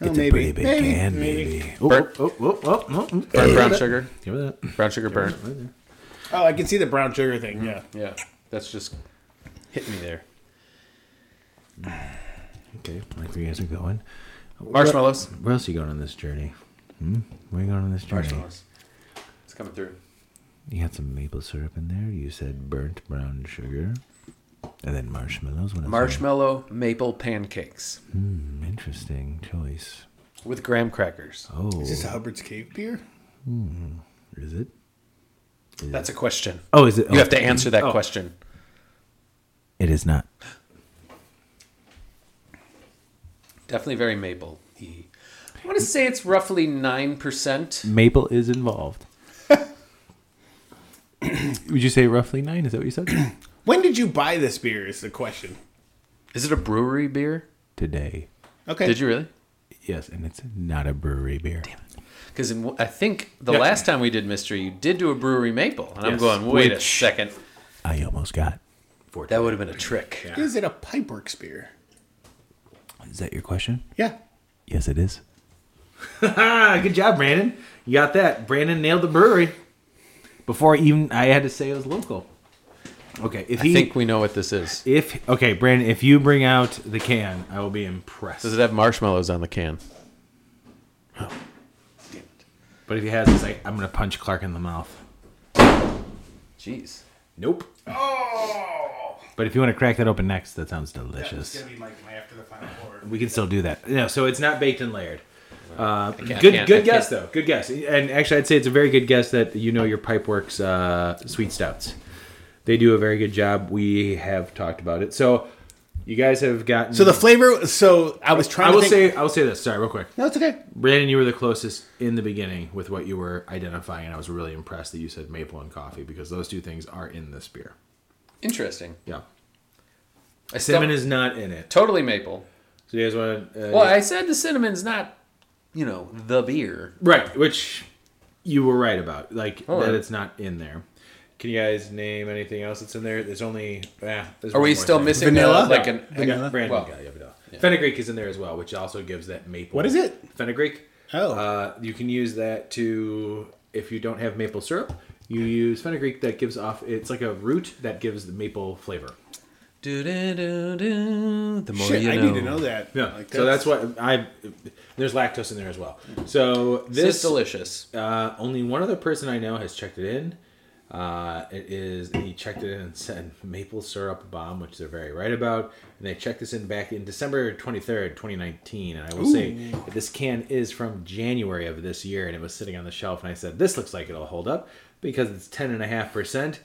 Well, it's a pretty big Oh, maybe, can, maybe. Oh, Bert- oh, oh, oh, oh, oh. Burnt brown sugar. Give me that. Brown sugar burnt. Oh, I can see the brown sugar Mm. thing. Yeah. Yeah, that's just hit me there. Okay, like where you guys are going. Marshmallows. Where else are you going on this journey? Hmm? Where are you going on this journey? Marshmallows. It's coming through. You had some maple syrup in there. You said burnt brown sugar. And then marshmallows. What else? Marshmallow maple pancakes Hmm, Interesting choice. with graham crackers. Oh, Is this a Hubbard's Cave beer? is it? That's a question. Oh, is it? You have to answer that question. It is not. Definitely very maple. I want to say it's roughly nine percent. Maple is involved. Would you say roughly nine? Is that what you said? When did you buy this beer? Is the question. Is it a brewery beer? Today. Okay. Did you really? Yes, and it's not a brewery beer. Because I think the last time we did mystery, you did do a brewery maple, and I'm going, wait a second, I almost got. that would have been a trick. Is it a Pipeworks beer? Is that your question? Yeah. Yes, it is. Good job, Brandon. You got that. Brandon nailed the brewery. Before even I had to say it was local. Okay, if I he think we know what this is. if okay, Brandon, if you bring out the can, I will be impressed. Does it have marshmallows on the can? But if he has, it's like I'm gonna punch Clark in the mouth. Jeez. Nope. Oh. Oh. But if you want to crack that open next, that sounds delicious. be my, my after the final order. We can still do that. No, so it's not baked and layered. Uh, can't- I good, can't- I good guess can't- though. Good guess. And actually, I'd say it's a very good guess that you know your Pipeworks uh, sweet stouts. They do a very good job. We have talked about it. So you guys have gotten. So the flavor. So I was trying. I to will think- say I will say this. Sorry, real quick. no. It's okay. Brandon, you were the closest in the beginning with what you were identifying, and I was really impressed that you said maple and coffee because those two things are in this beer. Interesting. Yeah, I still- cinnamon is not in it. totally maple. So you guys want to? Uh, Well, I said the cinnamon's not, you know, the beer. Right, which you were right about, like Alright. that it's not in there. Can you guys name anything else that's in there? There's only eh, there's Are one we more still thing. missing Vanilla? uh, like an Vanilla? Brand Well, yeah, yeah, vanilla. Fenugreek is in there as well, which also gives that maple. What is it? Fenugreek. Oh. Uh, you can use that to if you don't have maple syrup, you use fenugreek that gives off. It's like a root that gives the maple flavor. Du-du-du-du, the more Shit, you I know. need to know that. Yeah. Like, so that's what I. There's lactose in there as well. So This is this delicious. Uh, only one other person I know has checked it in. Uh, it is he checked it in and said maple syrup bomb, which they're very right about. And they checked this in back in December twenty third, twenty nineteen. And I will say that this can is from January of this year, and it was sitting on the shelf. And I said this looks like it'll hold up because it's ten and a half percent.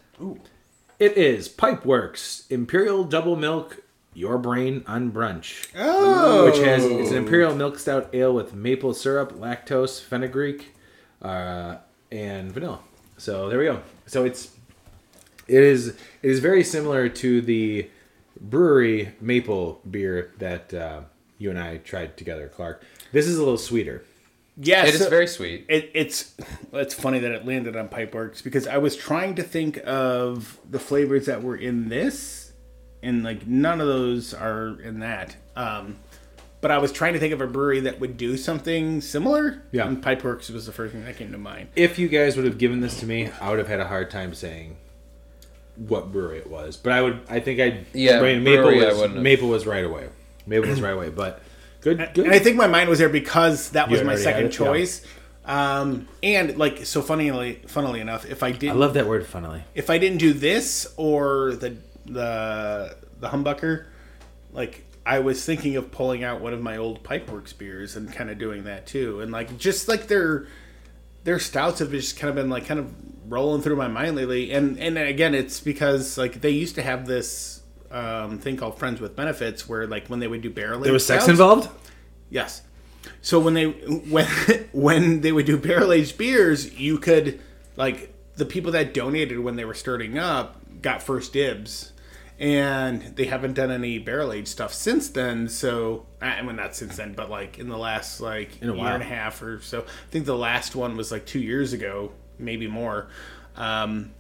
It is Pipeworks Imperial Double Milk Your Brain on Brunch. Oh. Which has it's an imperial milk stout ale with maple syrup, lactose, fenugreek, uh, and vanilla. So there we go. So it's it is it is very similar to the brewery maple beer that uh, you and I tried together, Clark. This is a little sweeter. yeah. It is so- very sweet. It, it's it's funny that it landed on Pipeworks because I was trying to think of the flavors that were in this, and like none of those are in that. Um, but I was trying to think of a brewery that would do something similar. Yeah. and Pipeworks was the first thing that came to mind. if you guys would have given this to me, I would have had a hard time saying what brewery it was. But I would, I think I, Yeah, maple brewery, I was wouldn't have- maple was right away. Maple was right away. But good, good. And I think my mind was there because that was You my already second had it, yeah. choice. Um, and like so, funnily, funnily enough, if I did, I not love that word. Funnily, if I didn't do this or the the the humbucker, like I was thinking of pulling out one of my old Pipeworks beers and kind of doing that too, and like just like their their stouts have just kind of been like kind of rolling through my mind lately, and and again it's because like they used to have this um, thing called Friends with Benefits where like when they would do barreling, there was sex stouts- involved. Yes. So when they when when they would do barrel aged beers, you could like the people that donated when they were starting up got first dibs, and they haven't done any barrel aged stuff since then. So I mean not since then, but like in the last like a year while. and a half or so. I think the last one was like two years ago, maybe more. Um,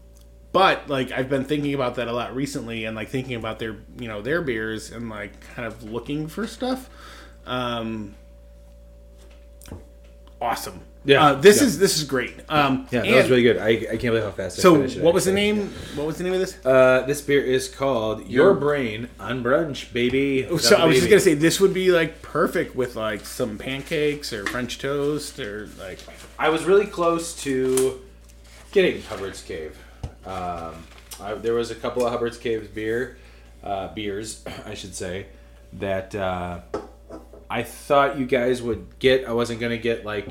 but like I've been thinking about that a lot recently, and like thinking about their you know their beers and like kind of looking for stuff. Um, awesome. Yeah. Uh, this Yeah. is this is great. Um, Yeah, that and- was really good. I, I can't believe how fast. I So finished it, what was the actually. name? What was the name of this? Uh, this beer is called Your Brain on Brunch, baby. Oh, so I was just Baby. gonna say this would be like perfect with like some pancakes or French toast or like I was really close to getting Hubbard's Cave. Um, I, there was a couple of Hubbard's Cave's beer, uh, beers, I should say, that uh, I thought you guys would get. I wasn't gonna get like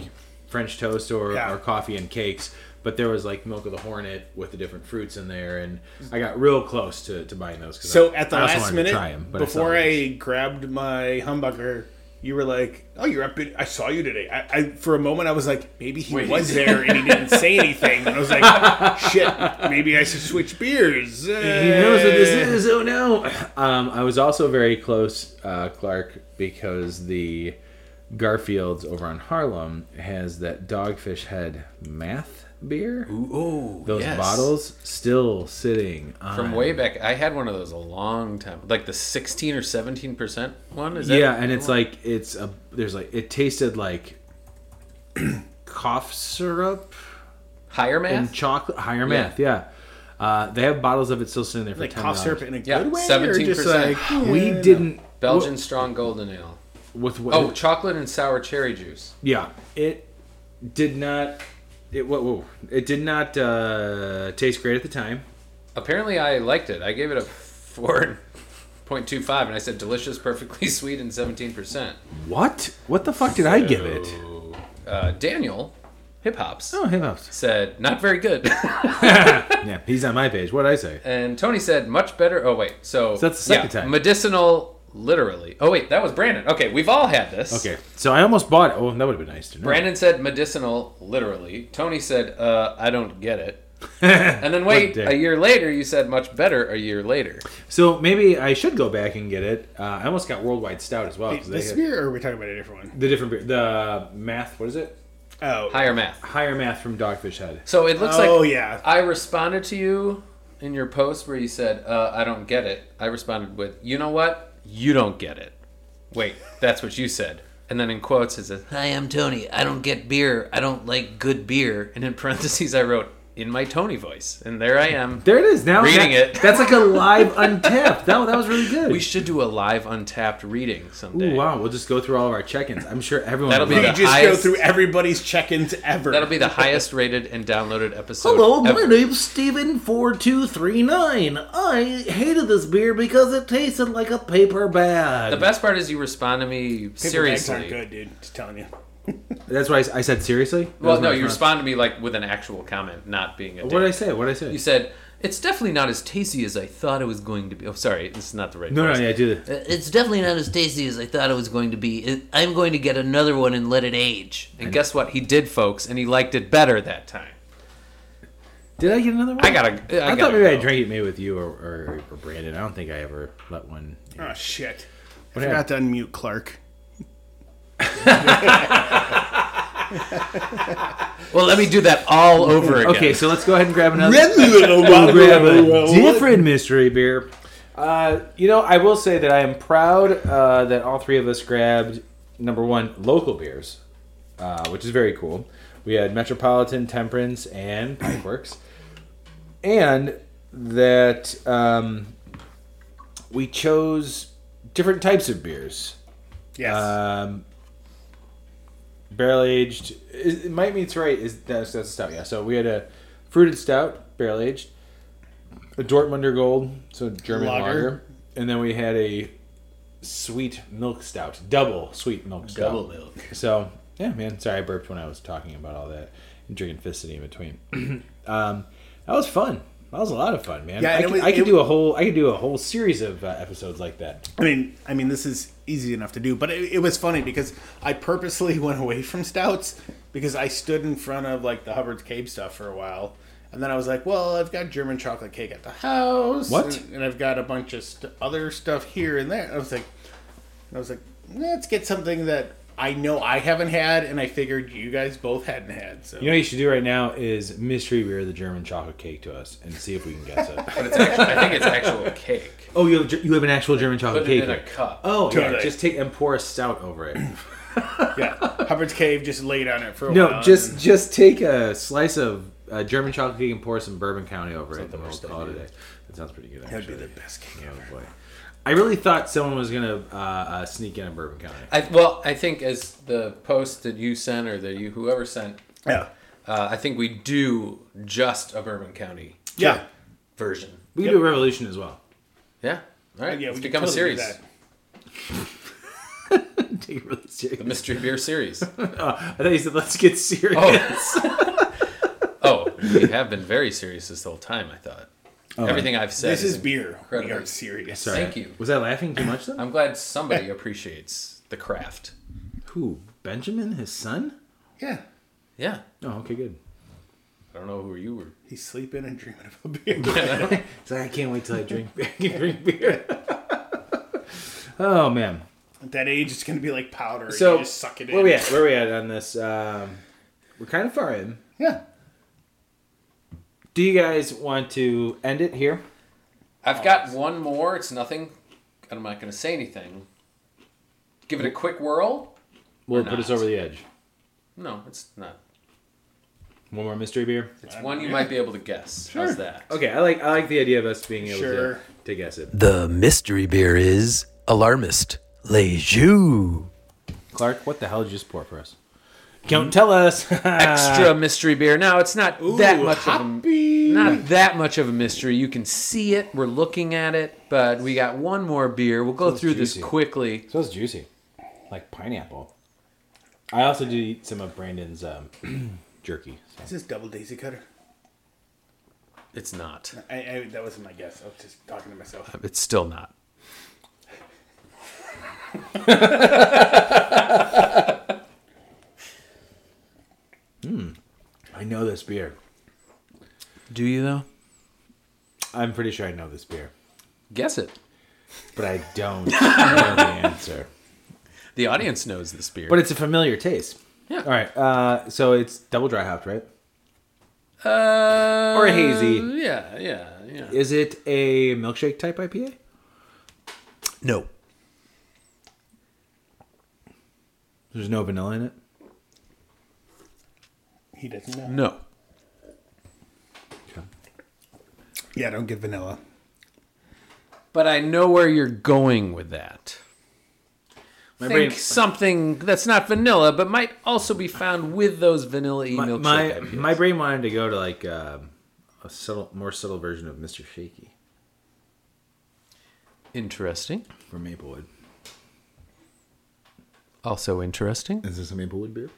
French toast or, Yeah. or coffee and cakes, but there was like Milk of the Hornet with the different fruits in there, and I got real close to, to buying those. 'cause So I- at the I also last wanted to minute, try 'em, but saw before them. I grabbed my humbucker, you were like, "Oh, you're up." in- I saw you today. I, I for a moment I was like, maybe he was there and he didn't say anything. And I was like, shit, maybe I should switch beers. He knows what this is. Oh no! Um, I was also very close, uh, Clark, because the Garfield's over on Harlem has that dogfish head math beer. Ooh, oh, Those yes. bottles still sitting Um, on. From way back, I had one of those a long time, like the sixteen or seventeen percent one. Is that yeah, and it's like it's a there's like it tasted like cough syrup higher math? and chocolate higher math. Yeah, uh, they have bottles of it still sitting there for Like ten cough syrup in a Yeah, good way, or just 17%. like We didn't Belgian strong golden ale. with what? Oh, chocolate and sour cherry juice. Yeah, it did not. It whoa, whoa. it did not uh, taste great at the time. Apparently, I liked it. I gave it a four point two five, and I said delicious, perfectly sweet, and seventeen percent. What? What the fuck did I give it? Uh, Daniel, hip hops, Oh, hip hops. said not very good, Yeah, he's on my page. What would I say? and Tony said much better. Oh wait, so, So that's the second time. Medicinal, literally. Oh wait, that was Brandon. Okay, we've all had this. Okay, so I almost bought it. Oh, that would have been nice to know. Brandon said medicinal, literally. Tony said, uh, I don't get it. and then wait, dick. a year later, you said much better a year later. So maybe I should go back and get it. Uh, I almost got worldwide stout as well. 'cause they this had- beer, or are we talking about a different one? the different beer, the math. What is it? Oh, Higher math. Higher math from Dogfish Head. So it looks oh like yeah. I responded to you in your post where you said, uh, I don't get it. I responded with, you know what? You don't get it. Wait, that's what you said. And then in quotes, it says, Hi, I'm Tony. I don't get beer. I don't like good beer. And in parentheses, I wrote, in my Tony voice. And there I am. There it is. Now Reading that- it. That's like a live untapped. That, that was really good. We should do a live untapped reading someday. Ooh, wow, we'll just go through all of our check-ins. I'm sure everyone. That'll will be love you the just go highest- through everybody's check-ins ever. That'll be the highest rated and downloaded episode. Hello, my ever. name's Steven four two three nine. I hated this beer because it tasted like a paper bag. The best part is you respond to me Paper bags seriously. aren't good, dude. Just telling you. That's why I, s- I said seriously. That Well, was my no, you response. respond to me like with an actual comment, not being a. What did I dick. say? What did I say? You said it's definitely not as tasty as I thought it was going to be. Oh, sorry, this is not the right. no, no, voice. yeah, I do Uh, that. It's definitely not as tasty as I thought it was going to be. It- I'm going to get another one and let it age. And guess what? He did, folks, and he liked it better that time. Did I get another one? I gotta. I, I, gotta thought maybe go. I drank it maybe with you or, or, or Brandon. I don't think I ever let one. Oh shit! I happened? forgot to unmute Clark. Well, let me do that all over again. Okay, so let's go ahead and grab another. We'll grab a different mystery beer. Uh, you know, I will say that I am proud uh, that all three of us grabbed number one local beers, uh, which is very cool. We had Metropolitan, Temperance, and Pipeworks, and that um, we chose different types of beers. Yes. Um, barrel aged. It it might mean it's right. Is that's that's a stout? Yeah. So we had a fruited stout, barrel aged, a Dortmunder Gold, so German lager. Lager. and then we had a sweet milk stout, double sweet milk stout. Double milk. So yeah, man. Sorry, I burped when I was talking about all that and drinking Fist City in between. um, that was fun. That was a lot of fun, man. Yeah, I and it could, was- I could it- do a whole I could do a whole series of uh, episodes like that. I mean, I mean, this is easy enough to do, but it, it was funny because I purposely went away from stouts because I stood in front of like the Hubbard's Cave stuff for a while, and then I was like, well, I've got German chocolate cake at the house, What? and, and I've got a bunch of st- other stuff here and there. I was like, I was like, let's get something that I know I haven't had, and I figured you guys both hadn't had. So You know what you should do right now is mystery beer the German chocolate cake to us and see if we can guess it. But it's actually, I think it's actual cake. oh, you have Ge- you have an actual German chocolate Put it cake. in a here. cup. Oh, yeah, Totally. just take and pour a stout over it. yeah, Hubbard's Cave just laid on it for a while. no, and just just take a slice of uh, German chocolate cake and pour some Bourbon County over it, and we'll call it a day. That sounds pretty good. Actually. that'd be the best cake ever. Oh, boy. I really thought someone was gonna uh, uh, sneak in a Bourbon County. I, well, I think as the post that you sent or that you whoever sent, Yeah, uh, I think we do just a Bourbon County yeah, version. We can do a Revolution as well. Yeah. All right. yeah. It's we could become totally do a series. that. Take it really serious. The mystery beer series. I thought you said let's get serious. oh, we have been very serious this whole time. I thought everything I've said. Oh, This is beer. We incredible. are serious. Thank you. Was I laughing too much then? I'm glad somebody appreciates the craft. Who? Benjamin, his son? Yeah. Yeah. Oh, okay, good. I don't know who you were. He's sleeping and dreaming of a beer. He's like, I can't wait till I drink beer. drink beer. oh man. at that age, it's gonna be like powder. So you just suck it in. where we at? Where we at on this? Um, we're kind of far in. Yeah. Do you guys want to end it here? I've got one more. It's nothing. and I'm not going to say anything. Give it a quick whirl. We'll Or put us not. over the edge. No, it's not. One more mystery beer. It's one you might be able to guess. How's that? Oh, Okay, I like I like the idea of us being able to, Sure. to guess it. The mystery beer is Alarmist Les Jeux. Clark, what the hell did you just pour for us? Don't tell us. Extra mystery beer. Now it's not that Ooh, much of a not that much of a mystery. You can see it. We're looking at it, but we got one more beer. We'll go through juicy. this quickly. Smells juicy, like pineapple. I also did eat some of Brandon's um, jerky. so. Is this double daisy cutter? It's not. I, I, that wasn't my guess. I was just talking to myself. It's still not. I know this beer. Do you though? I'm pretty sure I know this beer, Guess it. but I don't know the answer. The audience knows this beer. But it's a familiar taste. Yeah. All right. Uh, so it's double dry hopped, right? uh, Or hazy. Yeah, yeah, yeah. Is it a milkshake type IPA? No. There's no vanilla in it. He doesn't know. No. Yeah, don't get vanilla. But I know where you're going with that. My brain- Think something that's not vanilla, but might also be found with those vanilla y My milkshake. my, IPAs. my brain wanted to go to like um, a subtle, more subtle version of Mr. Shaky interesting. from Maplewood. Also interesting. Is this a Maplewood beer?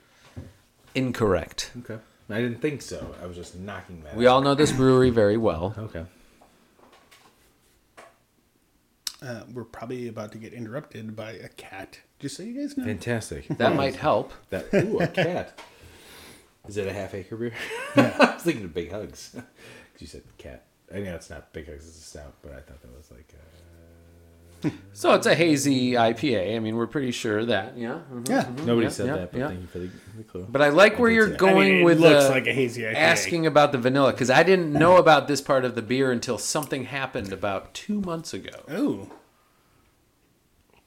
Incorrect. Okay. I didn't think so. I was just knocking that. We all know this brewery very well. Okay. Uh, we're probably about to get interrupted by a cat. Just so you guys know. Fantastic. That might help. That ooh, a cat. Is it a half acre beer? I was thinking of big hugs. 'Cause you said cat. I know it's not big hugs, it's a stout, but I thought that was like uh, So it's a hazy IPA. I mean, we're pretty sure of that, yeah. mhm. Yeah. Nobody yeah, said yeah, that, but yeah. thank you for the, the clue. But I like where did you're see that. I mean, going it with looks uh, the like a hazy IPA. asking about the vanilla because I didn't know about this part of the beer until something happened about two months ago. Oh,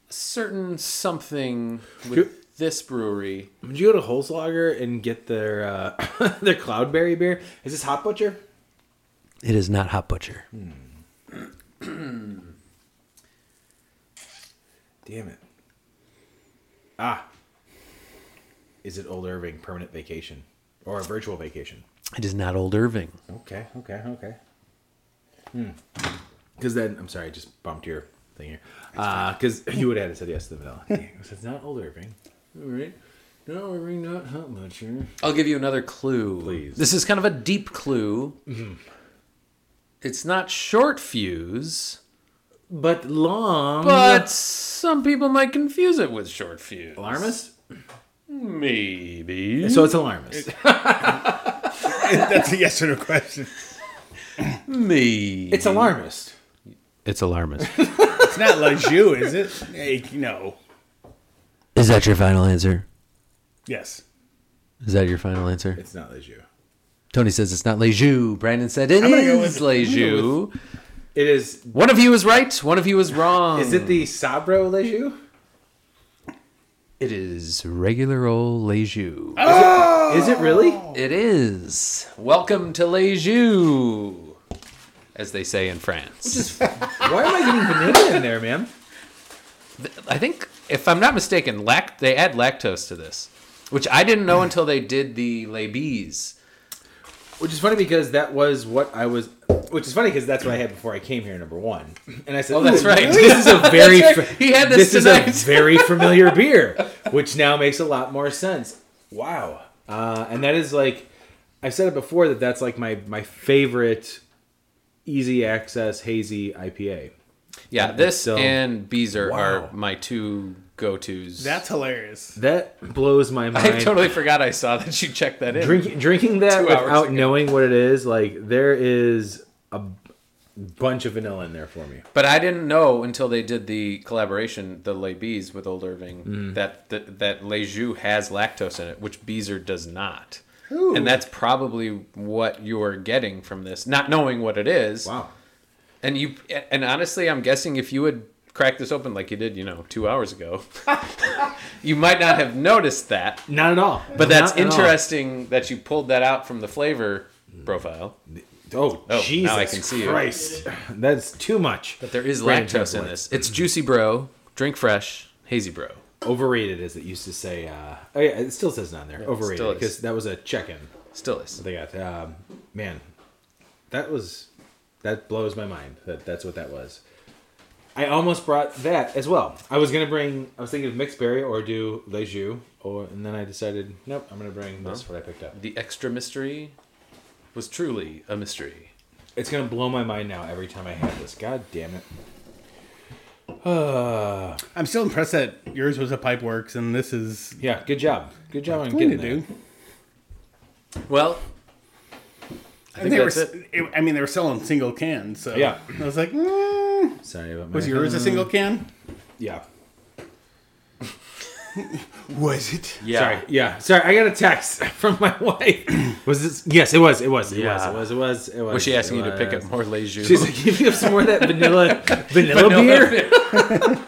Certain something Sure. with this brewery. Would you go to Holzlager and get their uh, their cloudberry beer? Is this Hot Butcher? It is not Hot Butcher. Damn it. Ah. Is it Old Irving permanent vacation? Or a virtual vacation? It is not Old Irving. Okay, okay, okay. Because then, I'm sorry, I just bumped your thing here. Because you would have had to said yes to the vanilla. Dang, so it's not Old Irving. All right. No, Irving, not hot much here. I'll give you another clue. Please. This is kind of a deep clue. It's not short fuse, But long. but some people might confuse it with short fuse. Alarmist? Maybe. So it's alarmist. That's a yes or no question. me. It's alarmist. It's alarmist. It's not Lejeune, is it? Hey, no. Is that your final answer? Yes. Is that your final answer? It's not as you. Tony says it's not Lejeune. Brandon said it gonna go is with- I'm Lejeune. It is. one of you is right. One of you is wrong. Is it the Sabro Leju? It is regular old Lejeune. Is it really? It is. Welcome to Lejeune, as they say in France. Why am I getting vanilla in there, man? I think, if I'm not mistaken, lact- they add lactose to this, which I didn't know until they did the Lebees. Which is funny because that was what I was. Which is funny because that's what I had before I came here, number one. And I said, "Oh, that's right. This is a very That's fa- right. He had this tonight." is a very familiar beer, which now makes a lot more sense. Wow, uh, and that is like I've said it before that that's like my my favorite easy access hazy IPA. Yeah, this so- and Beezer Wow. are my two go tos. That's hilarious. That blows my mind. I totally forgot I saw that you checked that in. Drink, drinking that Two hours without ago. knowing what it is, like there is a bunch of vanilla in there for me. But I didn't know until they did the collaboration, the Les Bees with Old Irving, that that, that Lejeune has lactose in it, which Beezer does not. And that's probably what you're getting from this, not knowing what it is. Wow. And you and honestly, I'm guessing if you had cracked this open like you did, you know, two hours ago, you might not have noticed that. Not at all. But that's Not at all. interesting that you pulled that out from the flavor profile. Oh, now Jesus I can see you. Christ. That's too much. There is Brandon lactose in Template. this. It's juicy, bro. Drink fresh, hazy, bro. Overrated, as it used to say. Uh, oh, yeah, it still says it on there. Overrated. still is. Because that was a check in Still is. they got. Um, man, that was. That blows my mind that that's what that was. I almost brought that as well. I was going to bring. I was thinking of mixed berry or do Lejeune. Or, and then I decided, nope, I'm going to bring this, what I picked up. The extra mystery was truly a mystery. It's gonna blow my mind now every time I have this. God damn it! Uh, I'm still impressed that yours was a pipe works and this is yeah, good job, good job on clean getting it, there. dude. Well, I think they were, that's s- it- I mean, they were selling single cans, so Yeah. I was like, mm. Sorry about my. was yours a single can? Yeah. Was it? yeah. Sorry. Yeah. Sorry. I got a text from my wife. Was this? Yes, it was. It was. It Yeah. was. It was. It was. It was. Was she it asking you to pick was. up more Lejeune? She's like, give me up some more of that vanilla, vanilla, Vanilla beer.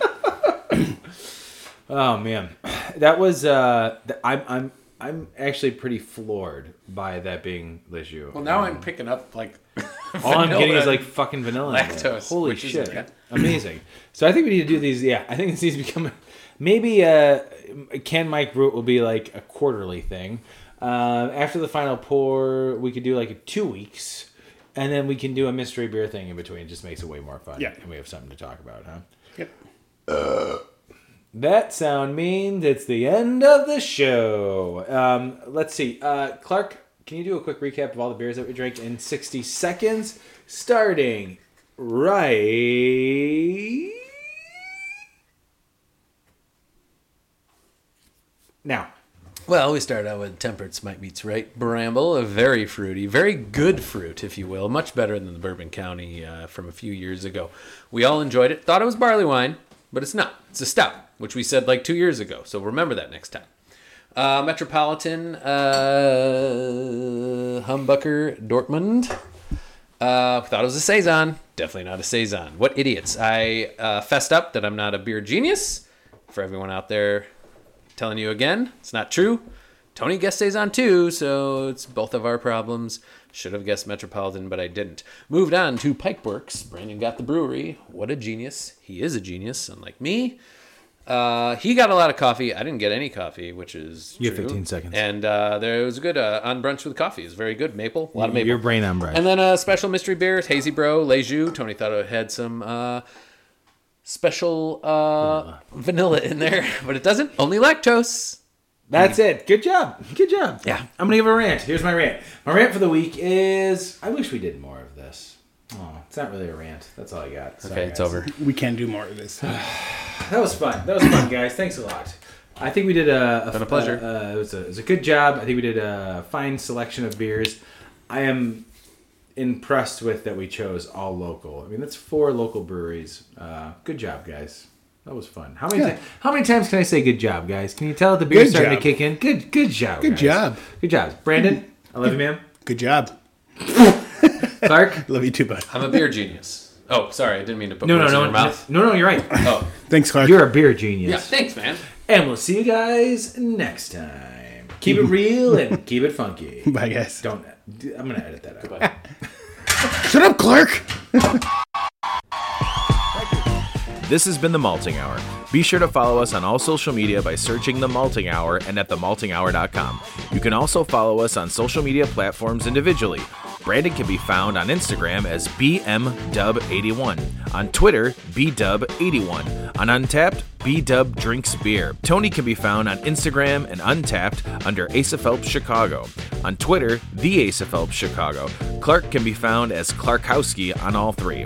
oh man, that was. uh th- I'm. I'm. I'm actually pretty floored by that being Lejeune. Well, now I'm picking up like All I'm getting vanilla is like fucking vanilla. in there. lactose, Holy which is shit. good. Amazing. So I think we need to do these. Yeah, I think this needs to become maybe uh, Can Mike Brute will be like a quarterly thing. Um, after the final pour, we could do like two weeks, and then we can do a mystery beer thing in between. It just makes it way more fun. Yeah. And we have something to talk about, huh? Yep. That sound means it's the end of the show. Um, let's see. Uh, Clark, can you do a quick recap of all the beers that we drank in 60 seconds? Starting right now. Well, we start out with Temperance Might Meets Right Bramble, a very fruity, very good fruit, if you will, much better than the Bourbon County uh, from a few years ago. We all enjoyed it, thought it was barley wine, but it's not. It's a stout, which we said like two years ago, so remember that next time. Uh, Metropolitan uh, Humbucker Dortmund. Uh, thought it was a saison. Definitely not a saison. What idiots! I uh, fessed up that I'm not a beer genius. For everyone out there, telling you again, it's not true. Tony guessed saison too, so it's both of our problems. Should have guessed Metropolitan, but I didn't. Moved on to Pikeworks. Brandon got the brewery. What a genius! He is a genius, unlike me. Uh, he got a lot of coffee. I didn't get any coffee, which is You have true. 15 seconds. And uh, there it was good uh, on brunch with coffee. It was very good. Maple, a lot of maple. Your brain on And then a special mystery beer, Hazy Bro, Leju. Tony thought it had some uh, special Uh-huh. uh, vanilla in there, but it doesn't. Only lactose. That's it. Good job. Good job. Yeah. I'm going to give a rant. Here's my rant. My rant for the week is I wish we did more of this. It's not really a rant. That's all I got. Sorry, Okay, it's guys. over. We can do more of this. That was fun. That was fun, guys. Thanks a lot. I think we did a, Been a pleasure. uh, it, was a, it was a good job. I think we did a fine selection of beers. I am impressed with that we chose all local. I mean, that's four local breweries. Uh, good job, guys. That was fun. How many Yeah. ti- how many times can I say good job, guys? Can you tell that the beer's Good starting job. to kick in? Good good job. Good guys. job. Good job, Brandon. I love you, man. Good job. Clark. Love you too, bud. I'm a beer genius. Oh, sorry, I didn't mean to put No, no, words in no, your no, mouth. no, no. You're right. Oh, Thanks, Clark. You're a beer genius. yeah, thanks, man. And we'll see you guys next time. Keep it real and keep it funky. Bye, guys. Don't. I'm gonna edit that out. Shut up, Clark. This has been The Malting Hour. Be sure to follow us on all social media by searching The Malting Hour and at themaltinghour.com. You can also follow us on social media platforms individually. Brandon can be found on Instagram as BMDub81, on Twitter, BDub81, on Untapped, BDub Drinks Beer. Tony can be found on Instagram and Untapped under Asa Phelps Chicago, on Twitter, The Asa Phelps Chicago. Clark can be found as Clarkowski on all three.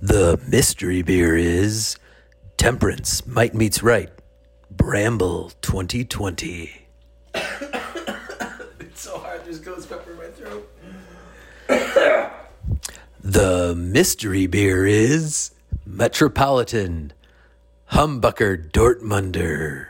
The mystery beer is Temperance Might Meets Right, Bramble 2020. it's so hard, there's ghost pepper in my throat. the mystery beer is Metropolitan Humbucker Dortmunder.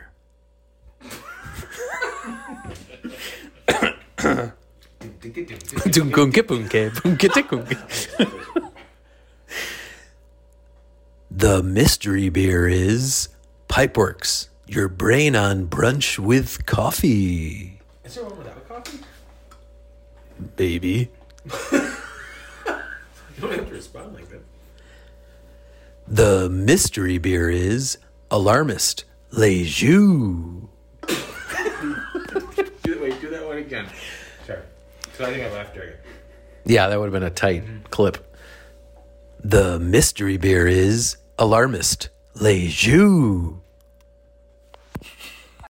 The mystery beer is Pipeworks, your brain on brunch with coffee. Is there one without coffee? Baby. you don't have to respond like that. The mystery beer is Alarmist Les Jeux. Wait, do that one again. Sure. So I think I laughed during it. Yeah, that would have been a tight clip. The mystery beer is Alarmist Les Jeux.